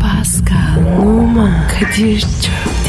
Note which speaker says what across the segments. Speaker 1: Pascal, Oman, Kadir çok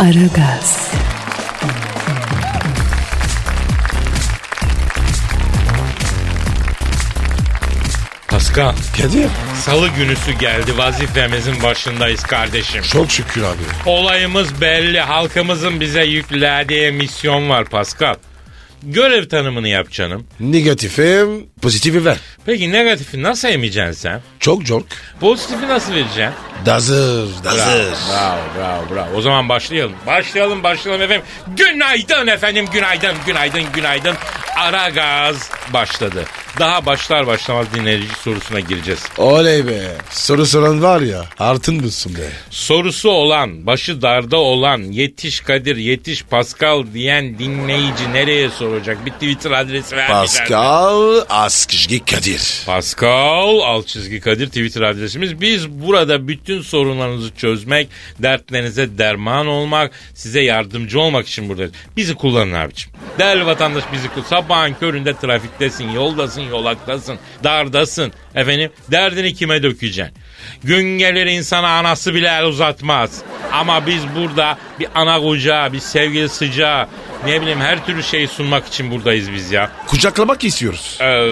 Speaker 1: Aragaz,
Speaker 2: Pascal,
Speaker 3: Kadir.
Speaker 2: salı günüsü geldi. Vazifemizin başındayız kardeşim.
Speaker 3: Çok şükür abi.
Speaker 2: Olayımız belli. Halkımızın bize yüklediği misyon var Pascal. Görev tanımını yap canım.
Speaker 3: Negatifim pozitifi ver.
Speaker 2: Peki negatifi nasıl emeceksin sen?
Speaker 3: Çok jork.
Speaker 2: Pozitifi nasıl vereceksin?
Speaker 3: Dazır. Dazır.
Speaker 2: Bravo, bravo, bravo. O zaman başlayalım. Başlayalım, başlayalım efendim. Günaydın efendim, günaydın, günaydın, günaydın. Ara gaz başladı. Daha başlar başlamaz dinleyici sorusuna gireceğiz.
Speaker 3: Oley be. Soru soran var ya artın mısın be.
Speaker 2: Sorusu olan, başı darda olan, yetiş Kadir, yetiş Pascal diyen dinleyici nereye soracak? Bir Twitter adresi ver. bir tane.
Speaker 3: Pascal Askışgi Kadir.
Speaker 2: Pascal alt çizgi Kadir Twitter adresimiz. Biz burada bütün sorunlarınızı çözmek, dertlerinize derman olmak, size yardımcı olmak için buradayız. Bizi kullanın abicim. Değerli vatandaş bizi kullan. Sabahın köründe trafiktesin, yoldasın, yolaktasın, dardasın. Efendim derdini kime dökeceksin? Gün gelir insana anası bile el uzatmaz. Ama biz burada bir ana kucağı, bir sevgili sıcağı, ne bileyim her türlü şeyi sunmak için buradayız biz ya.
Speaker 3: Kucaklamak istiyoruz.
Speaker 2: Ee,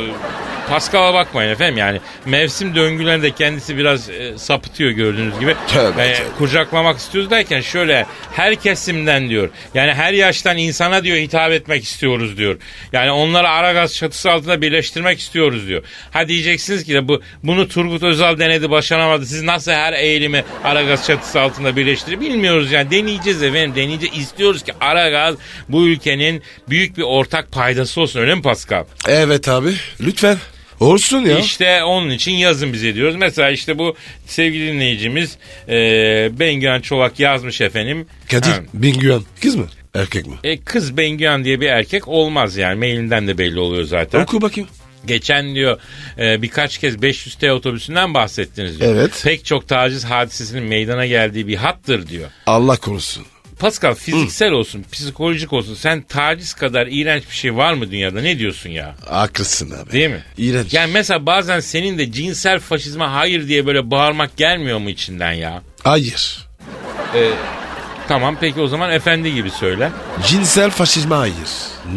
Speaker 2: Pascal'a bakmayın efendim yani mevsim döngülerinde kendisi biraz e, sapıtıyor gördüğünüz gibi.
Speaker 3: Tövbe,
Speaker 2: Ee,
Speaker 3: tövbe.
Speaker 2: Kucaklamak istiyoruz derken şöyle her kesimden diyor yani her yaştan insana diyor hitap etmek istiyoruz diyor. Yani onları Aragaz çatısı altında birleştirmek istiyoruz diyor. Ha diyeceksiniz ki de bu bunu Turgut Özal denedi başaramadı siz nasıl her eğilimi Aragaz çatısı altında birleştirir bilmiyoruz yani deneyeceğiz efendim deneyeceğiz istiyoruz ki Aragaz bu ülkenin büyük bir ortak paydası olsun öyle mi Pascal?
Speaker 3: Evet abi lütfen. Olsun ya.
Speaker 2: İşte onun için yazın bize diyoruz. Mesela işte bu sevgili dinleyicimiz e, Bengüen Çolak yazmış efendim.
Speaker 3: Kadir
Speaker 2: Ha,
Speaker 3: Bingüen. Kız mı? Erkek mi?
Speaker 2: e, kız Bengüen diye bir erkek olmaz yani. Mailinden de belli oluyor zaten.
Speaker 3: Oku bakayım.
Speaker 2: Geçen diyor e, birkaç kez 500T otobüsünden bahsettiniz diyor.
Speaker 3: Evet.
Speaker 2: Pek çok taciz hadisesinin meydana geldiği bir hattır diyor.
Speaker 3: Allah korusun.
Speaker 2: Pascal fiziksel olsun, psikolojik olsun. Sen taciz kadar iğrenç bir şey var mı dünyada? Ne diyorsun ya?
Speaker 3: Haklısın abi.
Speaker 2: Değil mi?
Speaker 3: İğrenç.
Speaker 2: Yani mesela bazen senin de cinsel faşizme hayır diye böyle bağırmak gelmiyor mu içinden ya?
Speaker 3: Hayır.
Speaker 2: Tamam peki o zaman efendi gibi söyle.
Speaker 3: Cinsel faşizme hayır.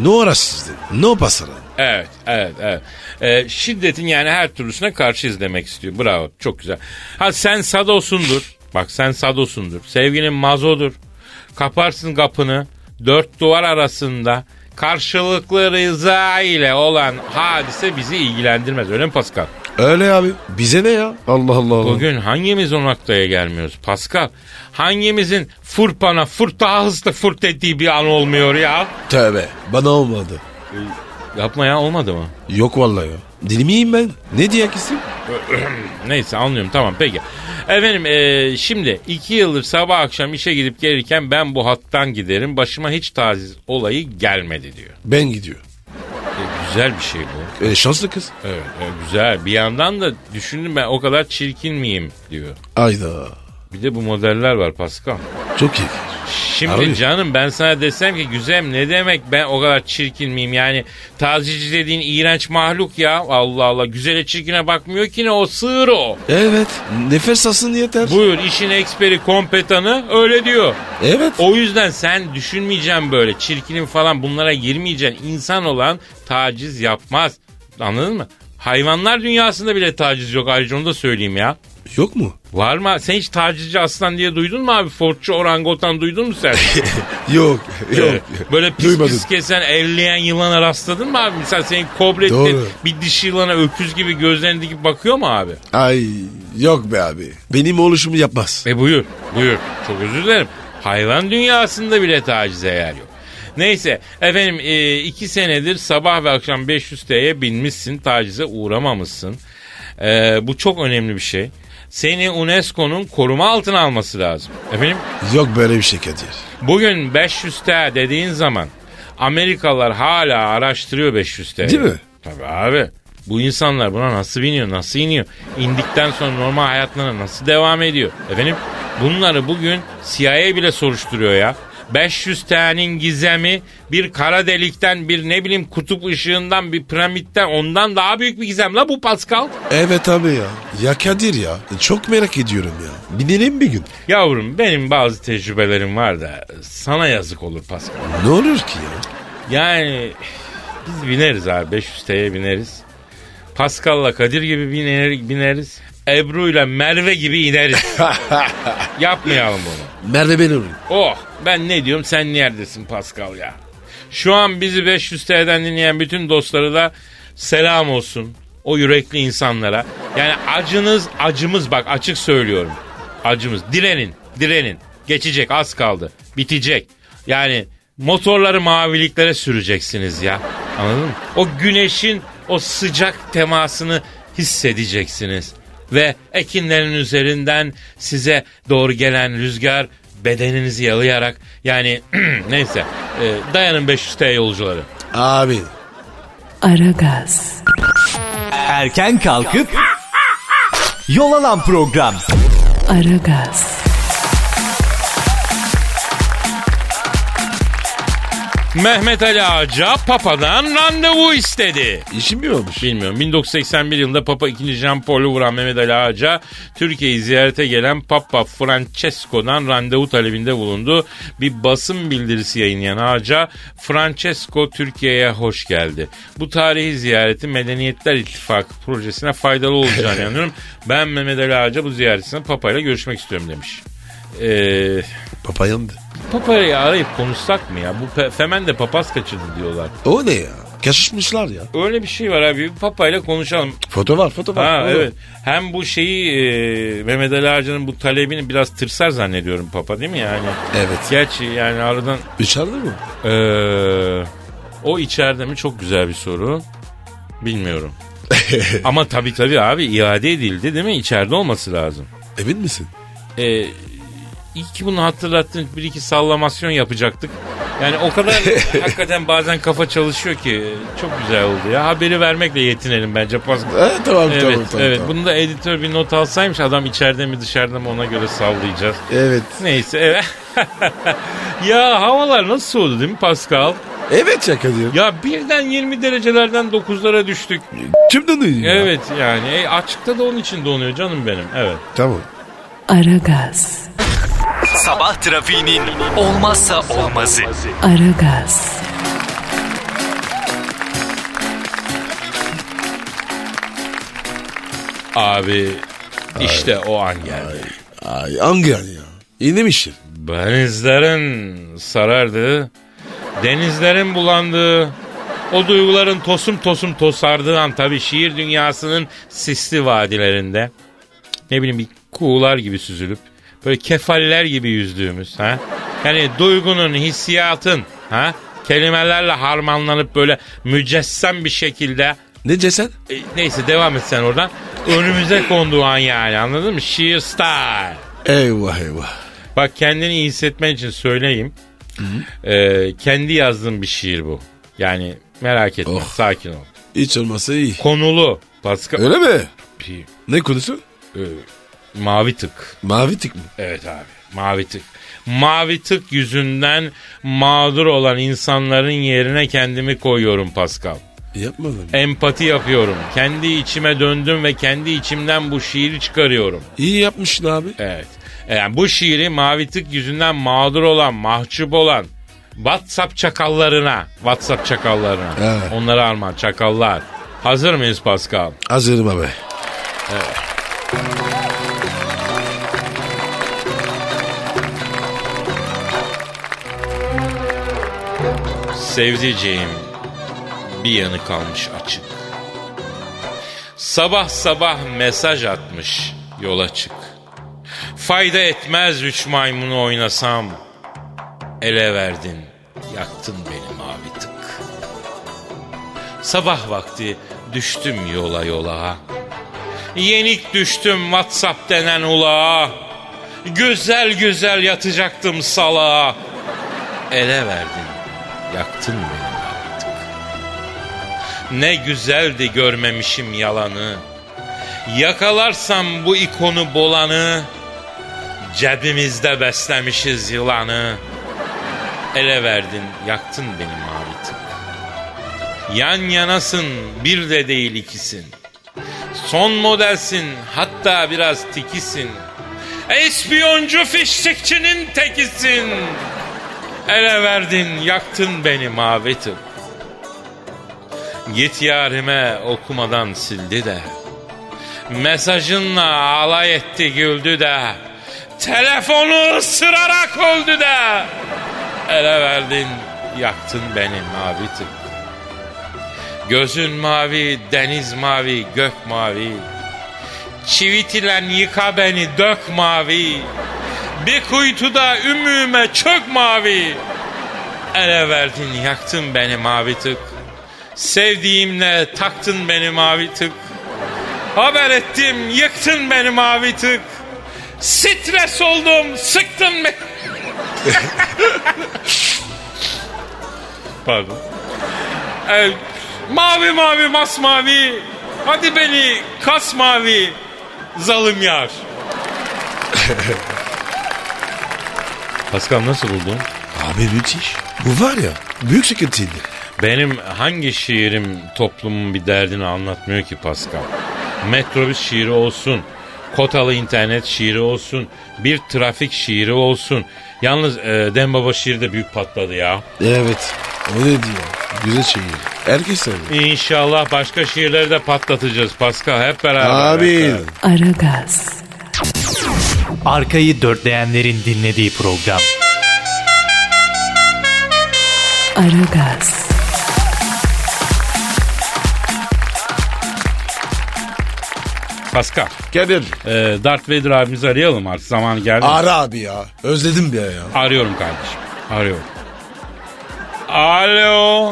Speaker 3: No rasizm. No basarım.
Speaker 2: Evet, evet, evet. Ee, şiddetin yani her türlüsüne karşıyız demek istiyor. Bravo, çok güzel. Ha sen sadosundur. Bak sen sadosundur. Sevgilin mazodur. Kaparsın kapını. Dört duvar arasında karşılıklı rıza ile olan hadise bizi ilgilendirmez. Öyle mi Pascal?
Speaker 3: Öyle abi. Bize ne ya? Allah Allah.
Speaker 2: Bugün hangimiz o noktaya gelmiyoruz Pascal? Hangimizin fırpana fırt daha hızlı fırt ettiği bir an olmuyor ya?
Speaker 3: Tövbe. Bana olmadı.
Speaker 2: Yapma ya olmadı mı?
Speaker 3: Yok vallahi ya. Deli miyim ben? Ne diye kesin?
Speaker 2: Neyse anlıyorum tamam peki. Efendim e, şimdi iki yıldır sabah akşam işe gidip gelirken ben bu hattan giderim. Başıma hiç taciz olayı gelmedi diyor.
Speaker 3: Ben gidiyor.
Speaker 2: E, güzel bir şey bu.
Speaker 3: E, şanslı kız.
Speaker 2: Evet e, güzel. Bir yandan da düşündüm ben o kadar çirkin miyim diyor.
Speaker 3: Ayda.
Speaker 2: Bir de bu modeller var Pascal.
Speaker 3: Çok iyi.
Speaker 2: Şimdi
Speaker 3: Abi.
Speaker 2: canım ben sana desem ki güzelim ne demek ben o kadar çirkin miyim yani tazicici dediğin iğrenç mahluk ya Allah Allah güzele çirkine bakmıyor ki ne o sığır o.
Speaker 3: Evet. Nefes alsın yeter.
Speaker 2: Buyur işin eksperi kompetanı öyle diyor.
Speaker 3: Evet.
Speaker 2: O yüzden sen düşünmeyeceksin böyle çirkinim falan bunlara girmeyeceksin İnsan olan taciz yapmaz anladın mı? Hayvanlar dünyasında bile taciz yok ayrıca onu da söyleyeyim ya.
Speaker 3: Yok mu?
Speaker 2: Var mı? Sen hiç tacizci aslan diye duydun mu abi? Fortçu orangutan duydun mu sen?
Speaker 3: Yok. Yok.
Speaker 2: Böyle pis
Speaker 3: Duymadım.
Speaker 2: pis kesen evleyen yılana rastladın mı abi? Mesela senin kobrettin
Speaker 3: Doğru.
Speaker 2: bir dişi yılana öküz gibi gözlerini dikip bakıyor mu abi?
Speaker 3: Ay yok be abi. Benim oluşumu yapmaz.
Speaker 2: E buyur buyur çok özür dilerim. Hayvan dünyasında bile tacize yer yok. Neyse efendim e, iki senedir sabah ve akşam 500 TL'ye binmişsin tacize uğramamışsın. E, bu çok önemli bir şey. seni UNESCO'nun koruma altına alması lazım. Efendim
Speaker 3: Yok böyle bir şey Kadir.
Speaker 2: bugün 500 T dediğin zaman Amerikalılar hala araştırıyor 500 T.
Speaker 3: Değil mi?
Speaker 2: Tabii abi. Bu insanlar buna nasıl biniyor, nasıl iniyor? İndikten sonra normal hayatlarına nasıl devam ediyor? Efendim bunları bugün CIA bile soruşturuyor ya. 500 T'nin gizemi bir kara delikten bir ne bileyim kutup ışığından bir piramitten ondan daha büyük bir gizem la bu Pascal.
Speaker 3: Evet abi ya. Ya Kadir ya. Çok merak ediyorum ya. Binelim bir gün.
Speaker 2: Yavrum benim bazı tecrübelerim var da sana yazık olur Pascal.
Speaker 3: Ne olur ki ya?
Speaker 2: Yani biz bineriz abi 500 T'ye bineriz. Pascal'la Kadir gibi biner, bineriz. Ebru'yla Merve gibi ineriz. Yapmayalım bunu.
Speaker 3: Merve ben olayım.
Speaker 2: Oh ben ne diyorum sen neredesin Pascal ya. Şu an bizi 500 T'den dinleyen bütün dostları da selam olsun. O yürekli insanlara. Yani acınız acımız bak açık söylüyorum. Acımız direnin direnin. Geçecek az kaldı. Bitecek. Yani motorları maviliklere süreceksiniz ya. Anladın mı? O güneşin o sıcak temasını hissedeceksiniz. Ve ekinlerin üzerinden size doğru gelen rüzgar bedeninizi yalayarak yani neyse e, dayanın 500T yolcuları.
Speaker 3: Abi.
Speaker 1: Aragaz,
Speaker 4: Erken kalkıp yol alan program.
Speaker 1: Aragaz,
Speaker 2: Mehmet Ali Ağaca Papa'dan randevu istedi.
Speaker 3: İşim mi olmuş?
Speaker 2: Bilmiyorum. 1981 yılında Papa II. Jean Paul'u vuran Mehmet Ali Ağaca Türkiye'yi ziyarete gelen Papa Francesco'dan randevu talebinde bulundu. Bir basın bildirisi yayınlayan Ağaca Francesco Türkiye'ye hoş geldi. Bu tarihi ziyareti Medeniyetler İttifakı projesine faydalı olacağını inanıyorum. Ben Mehmet Ali Ağaca bu ziyaretinde Papa'yla görüşmek istiyorum demiş. Ee, Eee...
Speaker 3: Papa yandı.
Speaker 2: Papa'yı arayıp konuşsak mı ya? Bu pe- Femen de papaz kaçırdı diyorlar.
Speaker 3: O ne ya? Kaşışmışlar ya.
Speaker 2: Öyle bir şey var abi. Papa'yla konuşalım.
Speaker 3: Foto var foto var.
Speaker 2: Ha
Speaker 3: Oğlum.
Speaker 2: evet. Hem bu şeyi e, Mehmet Ali Ağacı'nın bu talebini biraz tırsar zannediyorum Papa değil mi yani?
Speaker 3: Evet.
Speaker 2: Gerçi yani aradan
Speaker 3: Üçerli mi?
Speaker 2: e, o içeride mi çok güzel bir soru. Bilmiyorum. Ama tabii tabii abi iade edildi değil mi? İçeride olması lazım.
Speaker 3: Emin misin?
Speaker 2: E, iyi ki bunu hatırlattın. Bir iki sallamasyon yapacaktık. Yani o kadar hakikaten bazen kafa çalışıyor ki çok güzel oldu ya. Haberi vermekle yetinelim bence Pascal.
Speaker 3: Ha, tamam
Speaker 2: Evet,
Speaker 3: tamam tamam.
Speaker 2: evet.
Speaker 3: tamam.
Speaker 2: Bunu da editör bir not alsaymış adam içeride mi dışarıda mı ona göre sallayacağız.
Speaker 3: Evet.
Speaker 2: Neyse evet. ya havalar nasıl soğudu değil mi Pascal?
Speaker 3: Evet ya Kadir.
Speaker 2: Ya birden 20 derecelerden 9'lara düştük.
Speaker 3: Kim donuyor ya?
Speaker 2: Evet yani E, açıkta da onun için donuyor canım benim. Evet.
Speaker 3: Tamam.
Speaker 1: Aragaz,
Speaker 4: Sabah trafiğinin olmazsa olmazı.
Speaker 1: Aragaz,
Speaker 2: Abi işte o an geldi.
Speaker 3: Ay hangi an ya? İnmişim.
Speaker 2: Denizlerin sarardı. Denizlerin bulandığı. O duyguların tosum tosum tosardığı an tabii şiir dünyasının sisli vadilerinde. Ne bileyim bir kuğular gibi süzülüp böyle kefaller gibi yüzdüğümüz ha. Yani duygunun, hissiyatın ha kelimelerle harmanlanıp böyle mücessem bir şekilde
Speaker 3: Ne cesen?
Speaker 2: e, neyse devam et sen oradan. Önümüze konduğu an yani anladın mı? Şiir style.
Speaker 3: Eyvah eyvah.
Speaker 2: Bak kendini iyi hissetmen için söyleyeyim. Ee, kendi yazdığım bir şiir bu. Yani merak etme
Speaker 3: Oh.
Speaker 2: sakin ol.
Speaker 3: Hiç olmasa iyi.
Speaker 2: Konulu. Pascal.
Speaker 3: Öyle mi?
Speaker 2: Pi-
Speaker 3: Ne konusu?
Speaker 2: e, Mavi tık.
Speaker 3: Mavi tık mı?
Speaker 2: Evet abi. Mavi tık. Mavi tık yüzünden mağdur olan insanların yerine kendimi koyuyorum Pascal.
Speaker 3: Yapmadım.
Speaker 2: E- Empati yapıyorum. Kendi içime döndüm ve kendi içimden bu şiiri çıkarıyorum.
Speaker 3: İyi yapmışsın abi.
Speaker 2: Evet. Yani bu şiiri mavi tık yüzünden mağdur olan, mahcup olan WhatsApp çakallarına, WhatsApp çakallarına.
Speaker 3: Evet.
Speaker 2: Onlara armağan çakallar. Hazır mıyız Pascal?
Speaker 3: Hazırım abi.
Speaker 2: Sevdiceğim bir yanı kalmış açık. Sabah sabah mesaj atmış yola çık. Fayda etmez üç maymunu oynasam. Ele verdin, yaktın beni mavi tık. Sabah vakti düştüm yola yola. Yenik düştüm WhatsApp denen ulağa. Güzel güzel yatacaktım salağa. Ele verdin, yaktın beni artık. Ne güzeldi görmemişim yalanı. Yakalarsam bu ikonu bolanı, cebimizde beslemişiz yılanı. Ele verdin, yaktın beni mavi tık. Yan yanasın, bir de değil ikisin. Son modelsin, hatta biraz tikisin. Espiyoncu fiştikçinin tekisin. Ele verdin, yaktın beni mavi tık. Git yarime okumadan sildi de. Mesajınla alay etti güldü de. Telefonu ısırarak öldü de. Ele verdin, yaktın beni mavi tık. Gözün mavi, deniz mavi, gök mavi. Çivit ile yıka beni dök mavi. Bir kuytuda ümüme çök mavi. Ele verdin, yaktın beni mavi tık. Sevdiğimle taktın beni mavi tık. Haber ettim, yıktın beni mavi tık. Stres oldum, sıktın beni. Pardon. Ee, mavi mavi masmavi. Hadi beni kas mavi. Zalim yar. Pascal nasıl buldun?
Speaker 3: Abi müthiş. Bu var ya büyük sıkıntıydı.
Speaker 2: Benim hangi şiirim toplumun bir derdini anlatmıyor ki Pascal? Metrobüs şiiri olsun, kotalı internet şiiri olsun, bir trafik şiiri olsun. Yalnız e, Dem Baba şiiri de büyük patladı ya.
Speaker 3: Evet. O ne diyor? Güzel şehir. Herkes seviyor.
Speaker 2: İnşallah başka şiirleri de patlatacağız Pascal hep beraber. Hep
Speaker 3: Abi.
Speaker 2: beraber.
Speaker 1: Aragaz,
Speaker 4: Arkayı dörtleyenlerin dinlediği program.
Speaker 1: Aragaz,
Speaker 2: Pascal.
Speaker 3: Kadir.
Speaker 2: Ee, Darth Vader abimizi arayalım artık zamanı geldi.
Speaker 3: Ara abi ya. Özledim bir ya.
Speaker 2: Arıyorum kardeşim. Arıyorum. Alo.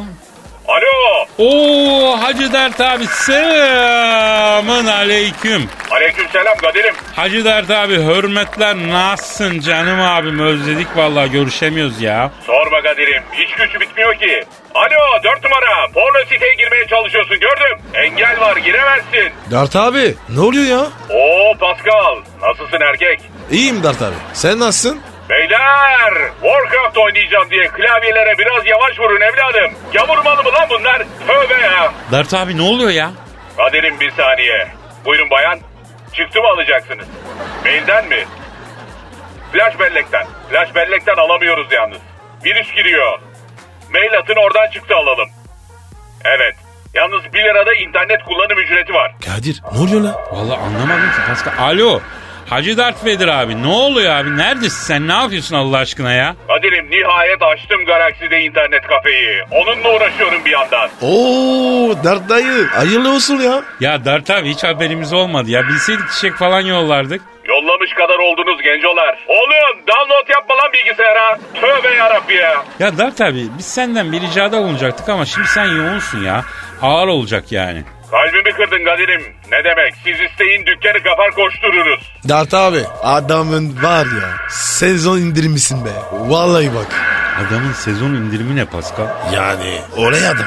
Speaker 5: Alo.
Speaker 2: Oo Hacı Dert abi selamın aleyküm.
Speaker 5: Aleykümselam Kadir'im.
Speaker 2: Hacı Dert abi hürmetler nasılsın canım abim özledik vallahi görüşemiyoruz ya.
Speaker 5: Sorma Kadir'im. Hiç gücü bitmiyor ki. Alo dört numara. Porno siteye girmeye çalışıyorsun gördüm. Engel var giremezsin.
Speaker 3: Dart abi. Ne oluyor ya?
Speaker 5: Oo Pascal. Nasılsın erkek?
Speaker 3: İyiyim Dart abi. Sen nasılsın?
Speaker 5: Beyler Warcraft oynayacağım diye klavyelere biraz yavaş vurun evladım. Yavurmalı mı lan bunlar? Tövbe ya.
Speaker 2: Dert abi ne oluyor ya?
Speaker 5: Kadir'im bir saniye. Buyurun bayan. Çıktı mı alacaksınız? Mailden mi? Flash bellekten. Flash bellekten alamıyoruz yalnız. Virüs giriyor. Mail atın oradan çıktı alalım. Evet. Yalnız 1 lirada internet kullanım ücreti var.
Speaker 3: Kadir ne oluyor lan?
Speaker 2: Vallahi anlamadım ki Pascal. Alo. Hacı Dert Vader abi ne oluyor abi neredesin sen ne yapıyorsun Allah aşkına ya?
Speaker 5: Kadir'im nihayet açtım Galaxy'de internet kafeyi. Onunla uğraşıyorum bir yandan.
Speaker 3: Oo Dart dayı. Hayırlı olsun ya.
Speaker 2: Ya Dert abi hiç haberimiz olmadı ya bilseydik çiçek falan yollardık.
Speaker 5: Yollamış kadar oldunuz gencolar. Oğlum download yapma lan bilgisayara. Tövbe yarabbi ya.
Speaker 2: Ya Dert abi biz senden bir ricada bulunacaktık ama şimdi sen yoğunsun ya. Ağır olacak yani.
Speaker 5: Kalbimi kırdın Kadir'im. Ne demek siz isteyin dükkanı kapar koştururuz.
Speaker 3: Dart abi. Adamın var ya. Sezon indirmişsin be. Vallahi bak.
Speaker 2: Adamın sezon indirimi ne Pascal?
Speaker 3: Yani oraya adam.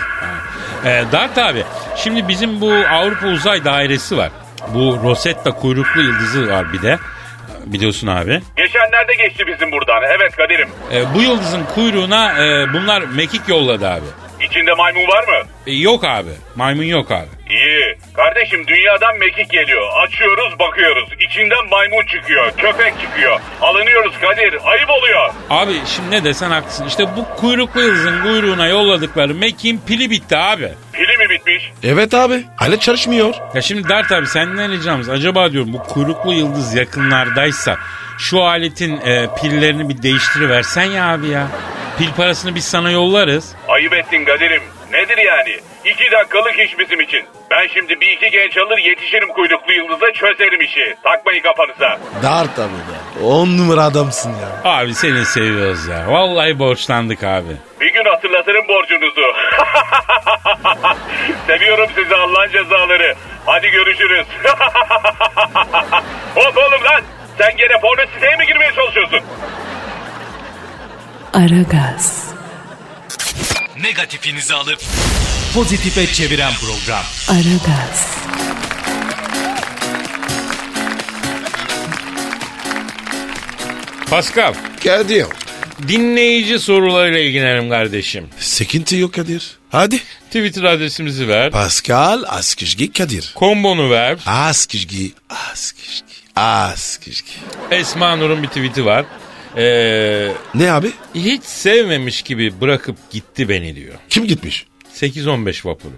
Speaker 2: Ee, Dart abi şimdi bizim bu Avrupa Uzay Dairesi var. Bu Rosetta kuyruklu yıldızı var bir de. Biliyorsun abi.
Speaker 5: Geçenlerde geçti bizim buradan. Evet Kadir'im.
Speaker 2: Ee, bu yıldızın kuyruğuna e, bunlar mekik yolladı abi.
Speaker 5: İçinde maymun var mı?
Speaker 2: E, yok abi. Maymun yok abi.
Speaker 5: İyi. Kardeşim dünyadan mekik geliyor. Açıyoruz bakıyoruz. İçinden maymun çıkıyor. Köpek çıkıyor. Alınıyoruz Kadir. Ayıp oluyor.
Speaker 2: Abi şimdi ne desen haklısın. İşte bu kuyruklu yıldızın kuyruğuna yolladıkları mekiğin pili bitti abi.
Speaker 5: Pili mi bitmiş?
Speaker 3: Evet abi. Alet çalışmıyor.
Speaker 2: Ya şimdi Dert abi senden ricamız acaba diyorum bu kuyruklu yıldız yakınlardaysa şu aletin e, pillerini bir değiştiriversen ya abi ya. Pil parasını biz sana yollarız.
Speaker 5: Ayıp ettin Kadir'im. Nedir yani? İki dakikalık iş bizim için. Ben şimdi bir iki genç alır yetişirim kuyruklu yıldıza çözerim işi. Takmayın kafanıza.
Speaker 3: Dart abi be. On numara adamsın ya.
Speaker 2: Abi seni seviyoruz ya. Vallahi borçlandık abi.
Speaker 5: Bir gün hatırlatırım borcunuzu. Seviyorum sizi Allah'ın cezaları. Hadi görüşürüz. Hop oğlum lan. Sen gene porno siteye mi girmeye çalışıyorsun?
Speaker 1: Aragaz,
Speaker 4: Negatifinizi alıp pozitife çeviren program.
Speaker 1: Aragaz,
Speaker 2: Pascal
Speaker 3: Kadir.
Speaker 2: dinleyici sorularıyla ilgilenelim kardeşim.
Speaker 3: Sekinti yok Kadir. Hadi.
Speaker 2: Twitter adresimizi ver.
Speaker 3: Pascal Askışgi Kadir.
Speaker 2: Kombonu ver.
Speaker 3: Askışgi. Askışgi. Askışgi.
Speaker 2: Esma Nur'un bir tweet'i var. Ee,
Speaker 3: Ne abi?
Speaker 2: hiç sevmemiş gibi bırakıp gitti beni diyor.
Speaker 3: Kim gitmiş?
Speaker 2: 8-15 vapuru.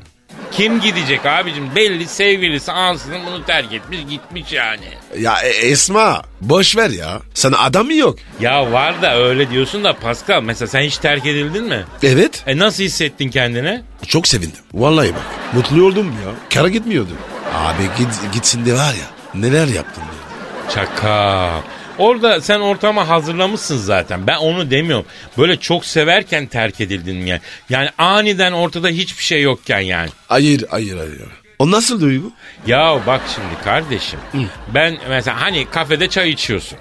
Speaker 2: Kim gidecek abicim belli sevgilisi ansızın bunu terk etmiş gitmiş yani.
Speaker 3: Ya e, Esma boş ver ya. Sana adam mı yok?
Speaker 2: Ya var da öyle diyorsun da Pascal mesela sen hiç terk edildin mi?
Speaker 3: Evet.
Speaker 2: E nasıl hissettin kendini?
Speaker 3: Çok sevindim. Vallahi bak. Mutlu oldum ya. Kara gitmiyordum. Abi git, gitsin de var ya. Neler yaptın diye.
Speaker 2: Çaka. Orada sen ortama hazırlamışsın zaten. Ben onu demiyorum. Böyle çok severken terk edildin yani. Yani aniden ortada hiçbir şey yokken yani.
Speaker 3: Hayır hayır hayır. O nasıl duygu?
Speaker 2: Ya bak şimdi kardeşim. Ben mesela hani kafede çay içiyorsun.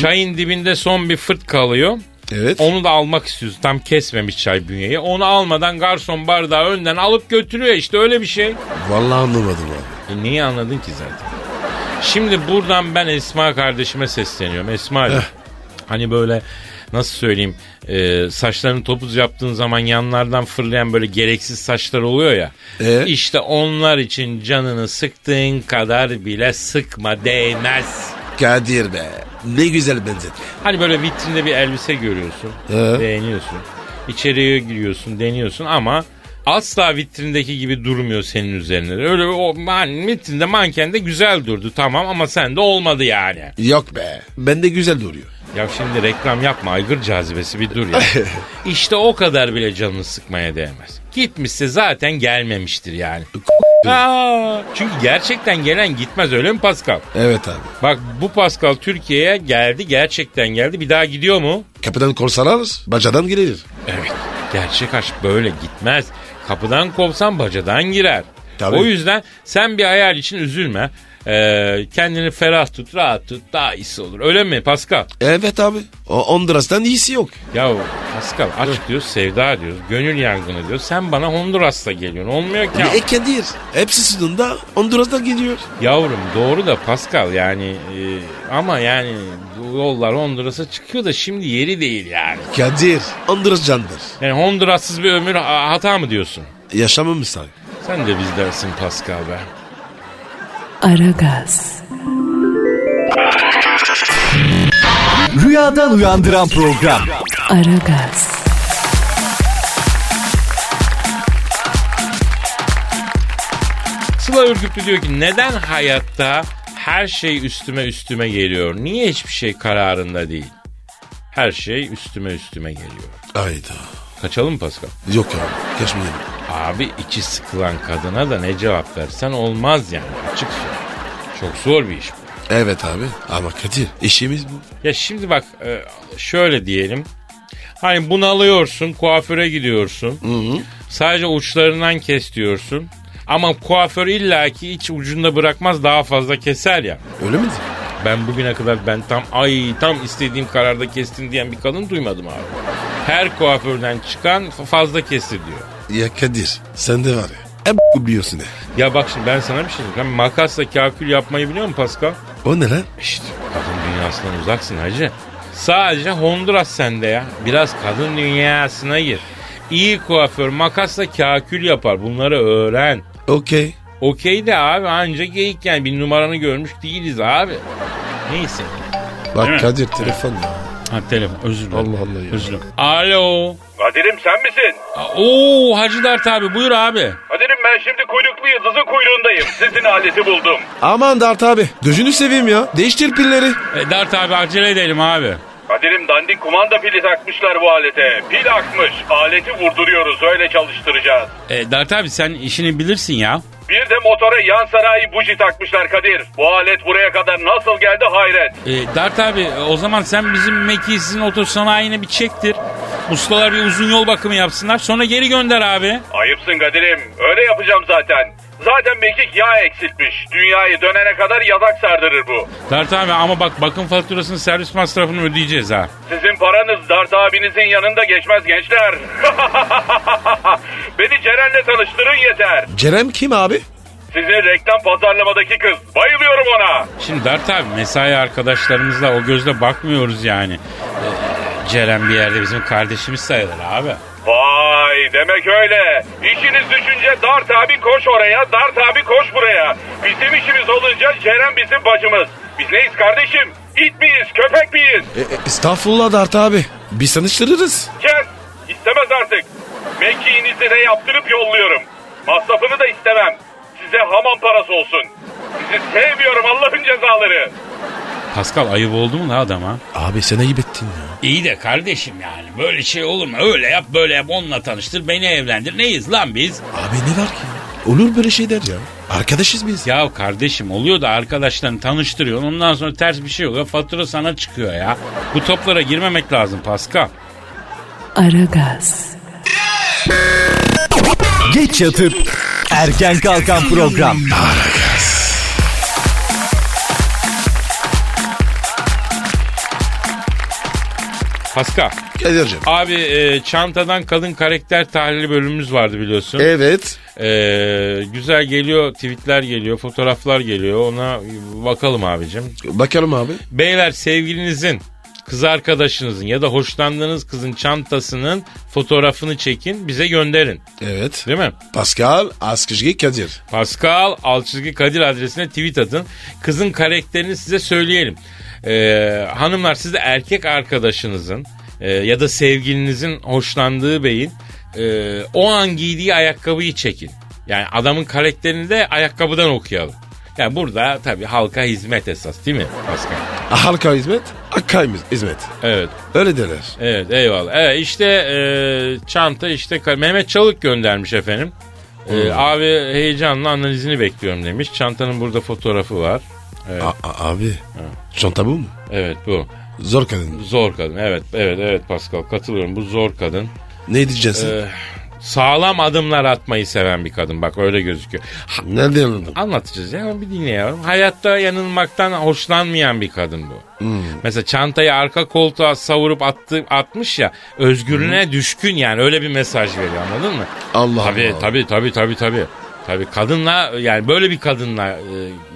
Speaker 2: Çayın dibinde son bir fırt kalıyor.
Speaker 3: Evet.
Speaker 2: Onu da almak istiyorsun. Tam kesmemiş çay bünyeyi. Onu almadan garson bardağı önden alıp götürüyor işte öyle bir şey.
Speaker 3: Vallahi anlamadım abi.
Speaker 2: E neyi anladın ki zaten? Şimdi buradan ben Esma kardeşime sesleniyorum. Esma'cığım hani böyle nasıl söyleyeyim e, saçlarını topuz yaptığın zaman yanlardan fırlayan böyle gereksiz saçlar oluyor ya.
Speaker 3: E?
Speaker 2: İşte onlar için canını sıktığın kadar bile sıkma değmez.
Speaker 3: Kadir be. Ne güzel benzetme.
Speaker 2: Hani böyle vitrinde bir elbise görüyorsun.
Speaker 3: E?
Speaker 2: Beğeniyorsun. İçeriye giriyorsun deniyorsun ama asla vitrindeki gibi durmuyor senin üzerinde. Öyle o man, vitrinde mankende güzel durdu tamam ama sende olmadı yani.
Speaker 3: Yok be. Bende güzel duruyor.
Speaker 2: Ya şimdi reklam yapma aygır cazibesi bir dur ya. işte o kadar bile canını sıkmaya değmez. Gitmişse zaten gelmemiştir yani. Aa, çünkü gerçekten gelen gitmez öyle mi Pascal?
Speaker 3: Evet abi.
Speaker 2: Bak bu Pascal Türkiye'ye geldi gerçekten geldi bir daha gidiyor mu?
Speaker 3: Kapıdan korsalar bacadan girilir.
Speaker 2: Evet. Gerçek aşk böyle gitmez. Kapıdan kopsan bacadan girer.
Speaker 3: Tabii.
Speaker 2: O yüzden sen bir hayal için üzülme. Ee, kendini ferah tut, rahat tut. Daha iyisi olur. Öyle mi Pascal?
Speaker 3: Evet abi. O Honduras'tan iyisi yok.
Speaker 2: Ya Pascal aşk diyoruz, sevda diyoruz, gönül yangını diyoruz. Sen bana Honduras'ta geliyorsun. Olmuyor ki.
Speaker 3: E Kadir. Hepsi sonunda Honduras'tan gidiyor.
Speaker 2: Yavrum doğru da Pascal yani e, ama yani bu yollar Honduras'a çıkıyor da şimdi yeri değil yani.
Speaker 3: Kadir. Honduras candır.
Speaker 2: Yani Honduras'sız bir ömür a- hata mı diyorsun?
Speaker 3: Yaşamı mı sanki?
Speaker 2: Sen de bizdensin Pascal be.
Speaker 1: Aragaz,
Speaker 4: Rüyadan uyandıran program.
Speaker 1: Aragaz,
Speaker 2: Sıla Ürgüplü diyor ki neden hayatta her şey üstüme üstüme geliyor? Niye hiçbir şey kararında değil? Her şey üstüme üstüme geliyor.
Speaker 3: Hayda.
Speaker 2: Kaçalım mı Pascal?
Speaker 3: Yok abi. Kaçmayalım.
Speaker 2: Abi içi sıkılan kadına da ne cevap versen olmaz yani açık söyle. Çok zor bir iş bu.
Speaker 3: Evet abi. Ama Kadir. işimiz bu.
Speaker 2: Ya şimdi bak e, şöyle diyelim. Hani bunalıyorsun kuaföre gidiyorsun. Sadece uçlarından kes diyorsun. Ama kuaför illaki iç ucunda bırakmaz daha fazla keser ya.
Speaker 3: Öyle mi?
Speaker 2: Ben bugüne kadar ben tam ay tam istediğim kararda kestim diyen bir kadın duymadım abi. Her kuaförden çıkan fazla kesti diyor.
Speaker 3: Ya Kadir. Sen de var ya. Hep biliyorsun he.
Speaker 2: Ya bak şimdi ben sana bir şey diyeyim. Sen makasla kakül yapmayı biliyor musun Pascal?
Speaker 3: O ne lan?
Speaker 2: İşte kadın dünyasından uzaksın hacı. Sadece Honduras sende ya. Biraz kadın dünyasına gir. İyi kuaför makasla kakül yapar. Bunları öğren.
Speaker 3: Okey.
Speaker 2: Okey de abi anca geyik yani bir numaranı görmüş değiliz abi. Neyse.
Speaker 3: Bak Kadir telefon ya.
Speaker 2: Ha telefon özür dilerim.
Speaker 3: Allah Allah ya.
Speaker 2: Özür dilerim. Alo.
Speaker 5: Kadir'im sen misin?
Speaker 2: Aa, Oo Hacı Dert abi buyur abi.
Speaker 5: Kadir'im ben şimdi kuyruklu yıldızın kuyruğundayım. Sizin aleti buldum.
Speaker 3: Aman Dart abi. Gözünü seveyim ya. Değiştir pilleri.
Speaker 2: E, Dert abi acele edelim abi.
Speaker 5: Kadir'im dandik kumanda pili takmışlar bu alete. Pil akmış. Aleti vurduruyoruz öyle çalıştıracağız.
Speaker 2: E, Dert abi sen işini bilirsin ya.
Speaker 5: Bir de motora yan sanayi buji takmışlar Kadir. Bu alet buraya kadar nasıl geldi hayret.
Speaker 2: E, Dert abi e, o zaman sen bizim Mekis'in otosanayine bir çektir. Ustalar bir uzun yol bakımı yapsınlar. Sonra geri gönder abi.
Speaker 5: Ayıpsın Kadir'im. Öyle yapacağım zaten. Zaten mekik yağ eksiltmiş. Dünyayı dönene kadar yatak sardırır bu.
Speaker 2: Dert abi ama bak bakım faturasını servis masrafını ödeyeceğiz ha.
Speaker 5: Sizin paranız Dart abinizin yanında geçmez gençler. Beni Ceren'le tanıştırın yeter.
Speaker 3: Cerem kim abi?
Speaker 5: Sizin reklam pazarlamadaki kız. Bayılıyorum ona.
Speaker 2: Şimdi Dert abi mesai arkadaşlarımızla o gözle bakmıyoruz yani. Ee, Ceren bir yerde bizim kardeşimiz sayılır abi.
Speaker 5: Vay demek öyle. İşiniz düşünce Dart abi koş oraya, Dart abi koş buraya. Bizim işimiz olunca Ceren bizim bacımız. Biz neyiz kardeşim? İt miyiz, köpek miyiz?
Speaker 3: E, e, estağfurullah Dart abi. Biz tanıştırırız.
Speaker 5: Kes! İstemez artık. Mekiğinizi de yaptırıp yolluyorum. Masrafını da istemem. Size hamam parası olsun. Sizi sevmiyorum Allah'ın cezaları.
Speaker 2: Pascal ayıp oldu mu la adama?
Speaker 3: Abi sen ayıp ettin ya.
Speaker 2: İyi de kardeşim yani böyle şey olur mu? Öyle yap böyle yap onunla tanıştır beni evlendir. Neyiz lan biz?
Speaker 3: Abi ne var ki? ya? Olur böyle şeyler ya. Arkadaşız biz.
Speaker 2: Ya kardeşim oluyor da arkadaşlarını tanıştırıyor. Ondan sonra ters bir şey oluyor. Fatura sana çıkıyor ya. Bu toplara girmemek lazım Pascal.
Speaker 1: Aragaz,
Speaker 4: Geç yatıp erken kalkan program.
Speaker 2: Pascal
Speaker 3: Kadir'cim.
Speaker 2: abi e, çantadan kadın karakter tahlili bölümümüz vardı biliyorsun.
Speaker 3: Evet.
Speaker 2: E, güzel geliyor tweetler geliyor fotoğraflar geliyor ona bakalım abicim.
Speaker 3: Bakalım abi.
Speaker 2: Beyler sevgilinizin, kız arkadaşınızın ya da hoşlandığınız kızın çantasının fotoğrafını çekin bize gönderin.
Speaker 3: Evet.
Speaker 2: Değil mi?
Speaker 3: Pascal Askışgi Kadir.
Speaker 2: Pascal Alçızgi Kadir adresine tweet atın. Kızın karakterini size söyleyelim. Ee, hanımlar siz de erkek arkadaşınızın e, ya da sevgilinizin hoşlandığı beyin e, o an giydiği ayakkabıyı çekin. Yani adamın karakterini de ayakkabıdan okuyalım. Yani burada tabii halka hizmet esas değil mi Pascal?
Speaker 3: Halka hizmet, Akkay hizmet.
Speaker 2: Evet.
Speaker 3: Öyle derler.
Speaker 2: Evet eyvallah. Evet işte e, çanta işte ka- Mehmet Çalık göndermiş efendim. E, abi heyecanla analizini bekliyorum demiş. Çantanın burada fotoğrafı var. Evet,
Speaker 3: A- a- abi. Çanta bu mu?
Speaker 2: evet bu.
Speaker 3: Zor kadın.
Speaker 2: Zor kadın. Evet evet evet Pascal katılıyorum. Bu zor kadın.
Speaker 3: Ne diyeceksin?
Speaker 2: E, sağlam adımlar atmayı seven bir kadın. Bak öyle gözüküyor. Ha-
Speaker 3: Nereden anladın?
Speaker 2: Anlatacağız ya ama bir dinleyelim. Hayatta yanılmaktan hoşlanmayan bir kadın bu.
Speaker 3: Hmm.
Speaker 2: Mesela çantayı arka koltuğa savurup attı, atmış ya özgürlüğüne düşkün yani öyle bir mesaj veriyor anladın mı?
Speaker 3: Hmm. Allah
Speaker 2: tabii,
Speaker 3: Allah.
Speaker 2: Tabii tabii tabii tabii. Tabii kadınla yani böyle bir kadınla e,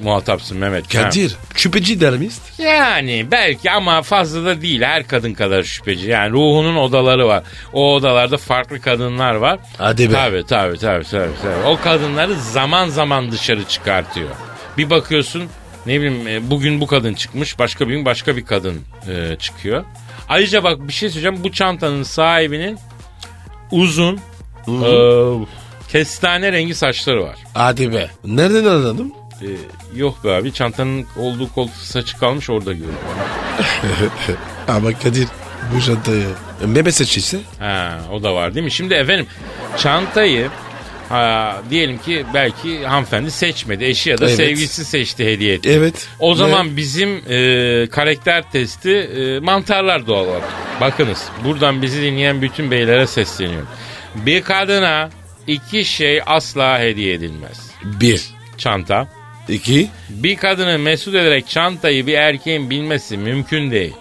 Speaker 2: muhatapsın Mehmet.
Speaker 3: Kadir, küpeci der miyiz?
Speaker 2: Yani belki ama fazla da değil. Her kadın kadar şüpheci. Yani ruhunun odaları var. O odalarda farklı kadınlar var.
Speaker 3: Hadi be.
Speaker 2: Tabii tabii tabii tabii. tabii. O kadınları zaman zaman dışarı çıkartıyor. Bir bakıyorsun ne bileyim e, bugün bu kadın çıkmış başka bir gün başka bir kadın e, çıkıyor. Ayrıca bak bir şey söyleyeceğim. Bu çantanın sahibinin uzun e, kestane rengi saçları var.
Speaker 3: Hadi be. Nereden anladın?
Speaker 2: E, yok be abi çantanın olduğu koltuk saçı kalmış orada görüyorum.
Speaker 3: Ama Kadir, bu çantayı. Bebe seçilse?
Speaker 2: Ha, o da var değil mi? Şimdi efendim çantayı ha, diyelim ki belki hanımefendi seçmedi. Eşi ya da
Speaker 3: Evet.
Speaker 2: sevgilisi seçti hediye etti.
Speaker 3: Evet.
Speaker 2: O zaman
Speaker 3: Ne?
Speaker 2: bizim e, karakter testi e, mantarlar doğal olarak. Bakınız buradan bizi dinleyen bütün beylere sesleniyorum. Bir kadına iki şey asla hediye edilmez.
Speaker 3: Bir,
Speaker 2: Çanta.
Speaker 3: iki,
Speaker 2: Bir kadını mesut ederek çantayı bir erkeğin bilmesi mümkün değil.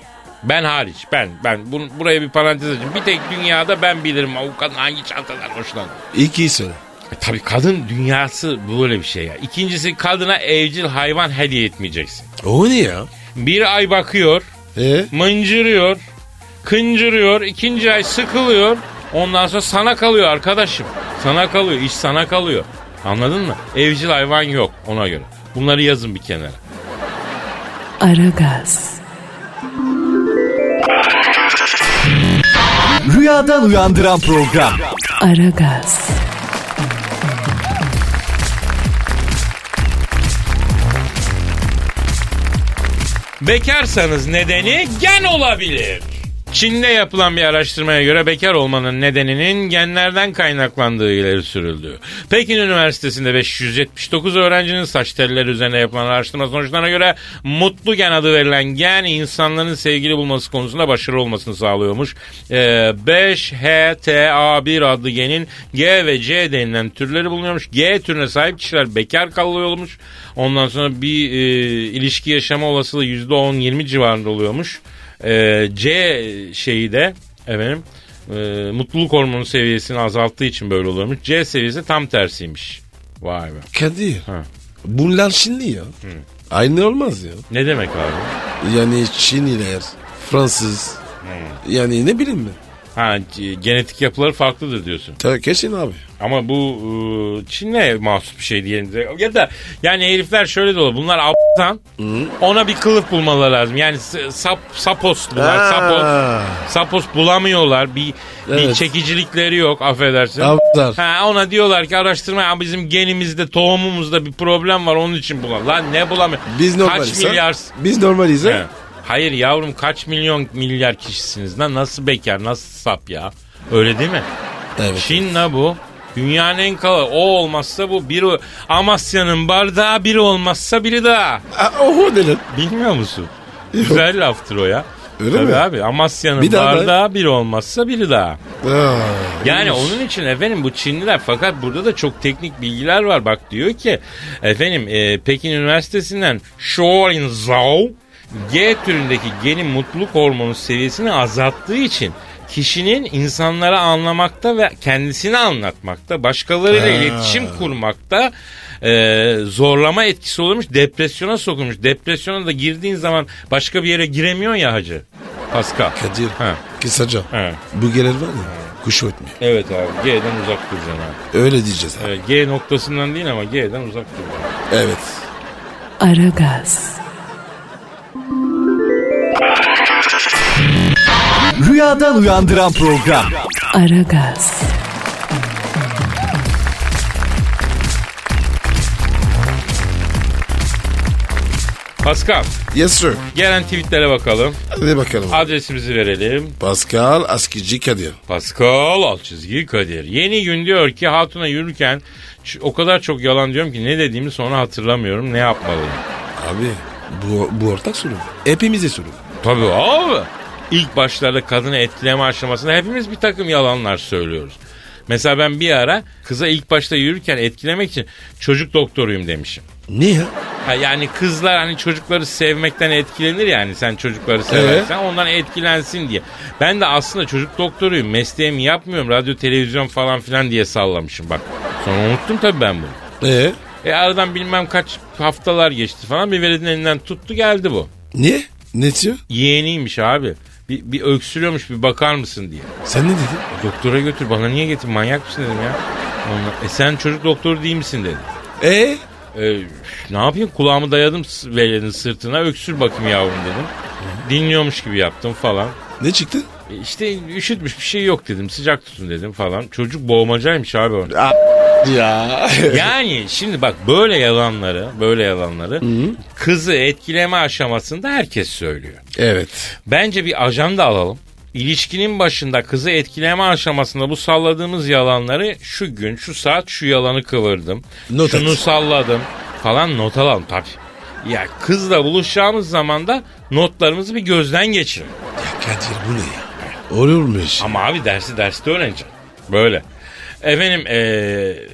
Speaker 2: Ben hariç ben ben Bun- buraya bir parantez açayım. Bir tek dünyada ben bilirim o kadın hangi çantadan hoşlanır.
Speaker 3: iki söyle.
Speaker 2: E, tabii kadın dünyası böyle bir şey ya. İkincisi kadına evcil hayvan hediye etmeyeceksin.
Speaker 3: O ne ya?
Speaker 2: Bir ay bakıyor,
Speaker 3: E?
Speaker 2: mıncırıyor, kıncırıyor, ikinci ay sıkılıyor. Ondan sonra sana kalıyor arkadaşım. Sana kalıyor, iş sana kalıyor. Anladın mı? Evcil hayvan yok ona göre. Bunları yazın bir kenara.
Speaker 1: Aragaz,
Speaker 4: Rüyadan uyandıran program.
Speaker 1: Aragaz,
Speaker 2: Bekarsanız nedeni gen olabilir. Çin'de yapılan bir araştırmaya göre bekar olmanın nedeninin genlerden kaynaklandığı ileri sürüldü. Pekin Üniversitesi'nde 579 öğrencinin saç telleri üzerine yapılan araştırma sonuçlarına göre mutlu gen adı verilen gen insanların sevgili bulması konusunda başarılı olmasını sağlıyormuş. Ee, 5HTA1 adlı genin G ve C denilen türleri bulunuyormuş. G türüne sahip kişiler bekar kalıyormuş. Ondan sonra bir e, ilişki yaşama olasılığı %10-20 civarında oluyormuş. Ee, C şeyi de efendim e, mutluluk hormonu seviyesini azalttığı için böyle oluyormuş. C seviyesi tam tersiymiş. Vay be.
Speaker 3: Kadir.
Speaker 2: Ha.
Speaker 3: Bunlar Çinli ya. Aynı olmaz ya.
Speaker 2: Ne demek abi?
Speaker 3: Yani Çinliler, Fransız. Yani ne bileyim mi?
Speaker 2: Ha c- genetik yapıları farklıdır diyorsun.
Speaker 3: Ta kesin abi.
Speaker 2: Ama bu e, Çin'e mahsus bir şey diyelim. de. Ya da yani herifler şöyle de olur. Bunlar a**tan ona bir kılıf bulmaları lazım. Yani s- sap, sapos bunlar.
Speaker 3: Ha.
Speaker 2: Sapos, sapos bulamıyorlar. Bir, bir
Speaker 3: Evet.
Speaker 2: çekicilikleri yok affedersin.
Speaker 3: Aptal.
Speaker 2: Ha, ona diyorlar ki araştırma ya bizim genimizde tohumumuzda bir problem var onun için bulan. Lan ne bulamıyor?
Speaker 3: Biz normaliz.
Speaker 2: Kaç
Speaker 3: ha?
Speaker 2: milyar...
Speaker 3: Biz normaliz ha?
Speaker 2: He. Hayır yavrum kaç milyon milyar kişisiniz lan nasıl bekar nasıl sap ya öyle değil mi?
Speaker 3: Evet.
Speaker 2: Çin la bu. Dünyanın en kalabalığı. O olmazsa bu. Bir o- Amasya'nın bardağı biri olmazsa biri daha.
Speaker 3: Aa, oho ne lan?
Speaker 2: Bilmiyor musun? Güzel laftır o ya.
Speaker 3: Öyle
Speaker 2: Tabii
Speaker 3: mi?
Speaker 2: abi Amasya'nın
Speaker 3: Bir daha
Speaker 2: bardağı biri olmazsa biri daha.
Speaker 3: Aa,
Speaker 2: Yani onun için efendim bu Çinliler fakat burada da çok teknik bilgiler var. Bak diyor ki efendim e, Pekin Üniversitesi'nden Shorin Zhao G türündeki genin mutluluk hormonu seviyesini azalttığı için kişinin insanları anlamakta ve kendisini anlatmakta, başkalarıyla iletişim kurmakta e, zorlama etkisi olurmuş, depresyona sokulmuş. Depresyona da girdiğin zaman başka bir yere giremiyorsun ya hacı. Pascal.
Speaker 3: Kadir.
Speaker 2: Ha,
Speaker 3: Kısaca.
Speaker 2: ha.
Speaker 3: Bu gelir var ya. Kuşu ötmüyor.
Speaker 2: Evet abi G'den uzak duracaksın abi.
Speaker 3: Öyle diyeceğiz abi.
Speaker 2: Evet, G noktasından değil ama G'den uzak dur.
Speaker 3: Evet.
Speaker 1: Aragaz,
Speaker 4: Rüyadan uyandıran program.
Speaker 1: Aragaz,
Speaker 2: Pascal,
Speaker 3: Yes sir.
Speaker 2: gelen tweetlere bakalım.
Speaker 3: Hadi bakalım.
Speaker 2: Adresimizi verelim.
Speaker 3: Pascal Askici Kadir.
Speaker 2: Pascal alt çizgi Kadir. Yeni gün diyor ki hatuna yürürken ş- o kadar çok yalan diyorum ki ne dediğimi sonra hatırlamıyorum. Ne yapmalıyım?
Speaker 3: Abi bu, bu ortak sorun. Hepimize sorun.
Speaker 2: Tabii abi. İlk başlarda kadını etkileme aşamasında hepimiz bir takım yalanlar söylüyoruz. Mesela ben bir ara kıza ilk başta yürürken etkilemek için çocuk doktoruyum demişim.
Speaker 3: Ne ya?
Speaker 2: Ha yani kızlar hani çocukları sevmekten etkilenir yani sen çocukları seversen ondan etkilensin diye. Ben de aslında çocuk doktoruyum mesleğimi yapmıyorum radyo televizyon falan filan diye sallamışım bak. Sonra unuttum tabii ben bunu.
Speaker 3: Ee?
Speaker 2: E aradan bilmem kaç haftalar geçti falan bir veledin elinden tuttu geldi bu.
Speaker 3: Niye? Ne diyor?
Speaker 2: Yeğeniymiş abi. Bir, bir öksürüyormuş bir bakar mısın diye.
Speaker 3: Sen ne dedin?
Speaker 2: Doktora götür bana niye getir manyak mısın dedim ya. Ondan, e sen çocuk doktoru değil misin dedi.
Speaker 3: Ee?
Speaker 2: Ee, ne yapayım kulağımı dayadım s- velenin sırtına öksür bakayım yavrum dedim. Dinliyormuş gibi yaptım falan.
Speaker 3: Ne çıktı?
Speaker 2: E İşte üşütmüş bir şey yok dedim sıcak tutun dedim falan. Çocuk boğmacaymış abi onu.
Speaker 3: Ya.
Speaker 2: Yani şimdi bak böyle yalanları böyle yalanları kızı etkileme aşamasında herkes söylüyor.
Speaker 3: evet.
Speaker 2: Bence bir ajanda alalım. İlişkinin başında kızı etkileme aşamasında bu salladığımız yalanları şu gün, şu saat, şu yalanı kıvırdım.
Speaker 3: Not
Speaker 2: şunu
Speaker 3: et.
Speaker 2: salladım falan not alalım tabii. Ya kızla buluşacağımız zaman da notlarımızı bir gözden geçirin.
Speaker 3: Ya Kadir bu ne ya? Olur mu iş?
Speaker 2: Ama abi dersi derste öğreneceksin. Böyle. Efendim eee,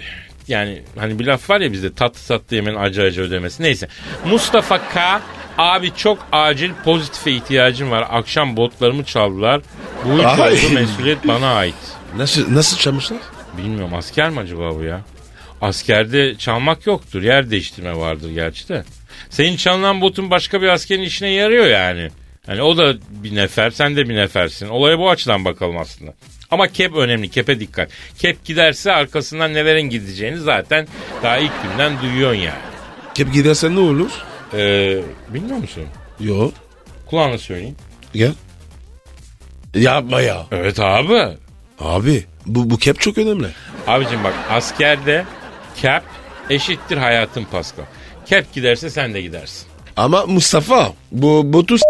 Speaker 2: yani hani bir laf var ya bizde tatlı tatlı yemenin acı acı ödemesi. Neyse. Mustafa K. Abi çok acil pozitife ihtiyacım var. Akşam botlarımı çaldılar. Bu iş
Speaker 3: Ay.
Speaker 2: oldu mesuliyet bana ait.
Speaker 3: Nasıl, nasıl çalmışlar?
Speaker 2: Bilmiyorum asker mi acaba bu ya? Askerde çalmak yoktur. Yer değiştirme vardır gerçi de. Senin çalınan botun başka bir askerin işine yarıyor yani. Yani o da bir nefer, sen de bir nefersin. Olaya bu açıdan bakalım aslında. Ama kep önemli, kepe dikkat. Kep giderse arkasından nelerin gideceğini zaten daha ilk günden duyuyorsun yani.
Speaker 3: Kep gidersen ne olur?
Speaker 2: Ee, bilmiyor musun?
Speaker 3: Yo.
Speaker 2: Kulağına söyleyeyim.
Speaker 3: Gel. Yapma ya.
Speaker 2: Evet abi.
Speaker 3: Abi bu, bu kep çok önemli.
Speaker 2: Abicim bak askerde kep eşittir hayatın Pascal. Kep giderse sen de gidersin.
Speaker 3: Ama Mustafa bu botu s-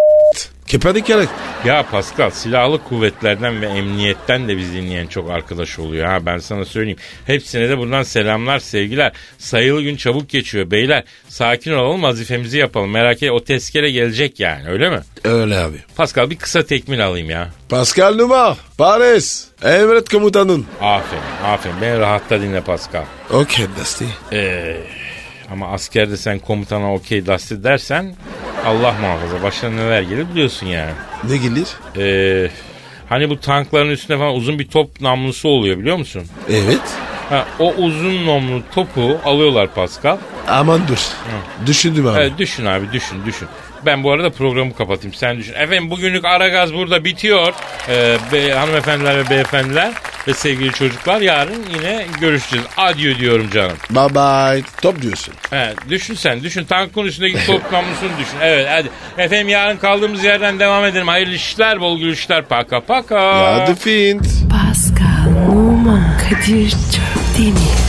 Speaker 3: Kepenek gerek.
Speaker 2: Ya Pascal silahlı kuvvetlerden ve emniyetten de bizi dinleyen çok arkadaş oluyor ha ben sana söyleyeyim. Hepsine de buradan selamlar sevgiler. Sayılı gün çabuk geçiyor beyler. Sakin olalım vazifemizi yapalım. Merak etme o tezkere gelecek yani öyle mi?
Speaker 3: Öyle abi.
Speaker 2: Pascal bir kısa tekmil alayım ya.
Speaker 3: Pascal Numa. Paris. Emret komutanın.
Speaker 2: Aferin aferin beni rahatta dinle Pascal.
Speaker 3: Okey Dusty.
Speaker 2: Ee, ama askerde sen komutana okey lastik dersen Allah muhafaza başına neler gelir biliyorsun yani.
Speaker 3: Ne gelir?
Speaker 2: Ee, hani bu tankların üstüne falan uzun bir top namlusu oluyor biliyor musun?
Speaker 3: Evet.
Speaker 2: Ha, o uzun namlu topu alıyorlar Pascal.
Speaker 3: Aman dur. Düşündüm abi.
Speaker 2: Ee, düşün abi düşün düşün. Ben bu arada programı kapatayım sen düşün. Efendim bugünlük Aragaz burada bitiyor. Ee, be- hanımefendiler ve beyefendiler ve sevgili çocuklar yarın yine görüşeceğiz. Adieu diyorum canım.
Speaker 3: Bye bye. Top diyorsun.
Speaker 2: He, düşün sen düşün. Tankın üstündeki top namlusunu düşün. Evet hadi. Efendim yarın kaldığımız yerden devam edelim. Hayırlı işler, bol gülüşler. Paka paka.
Speaker 3: Hadi fint.
Speaker 1: Pascal, Oman, Kadir çok değil mi?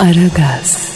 Speaker 1: Aragaz.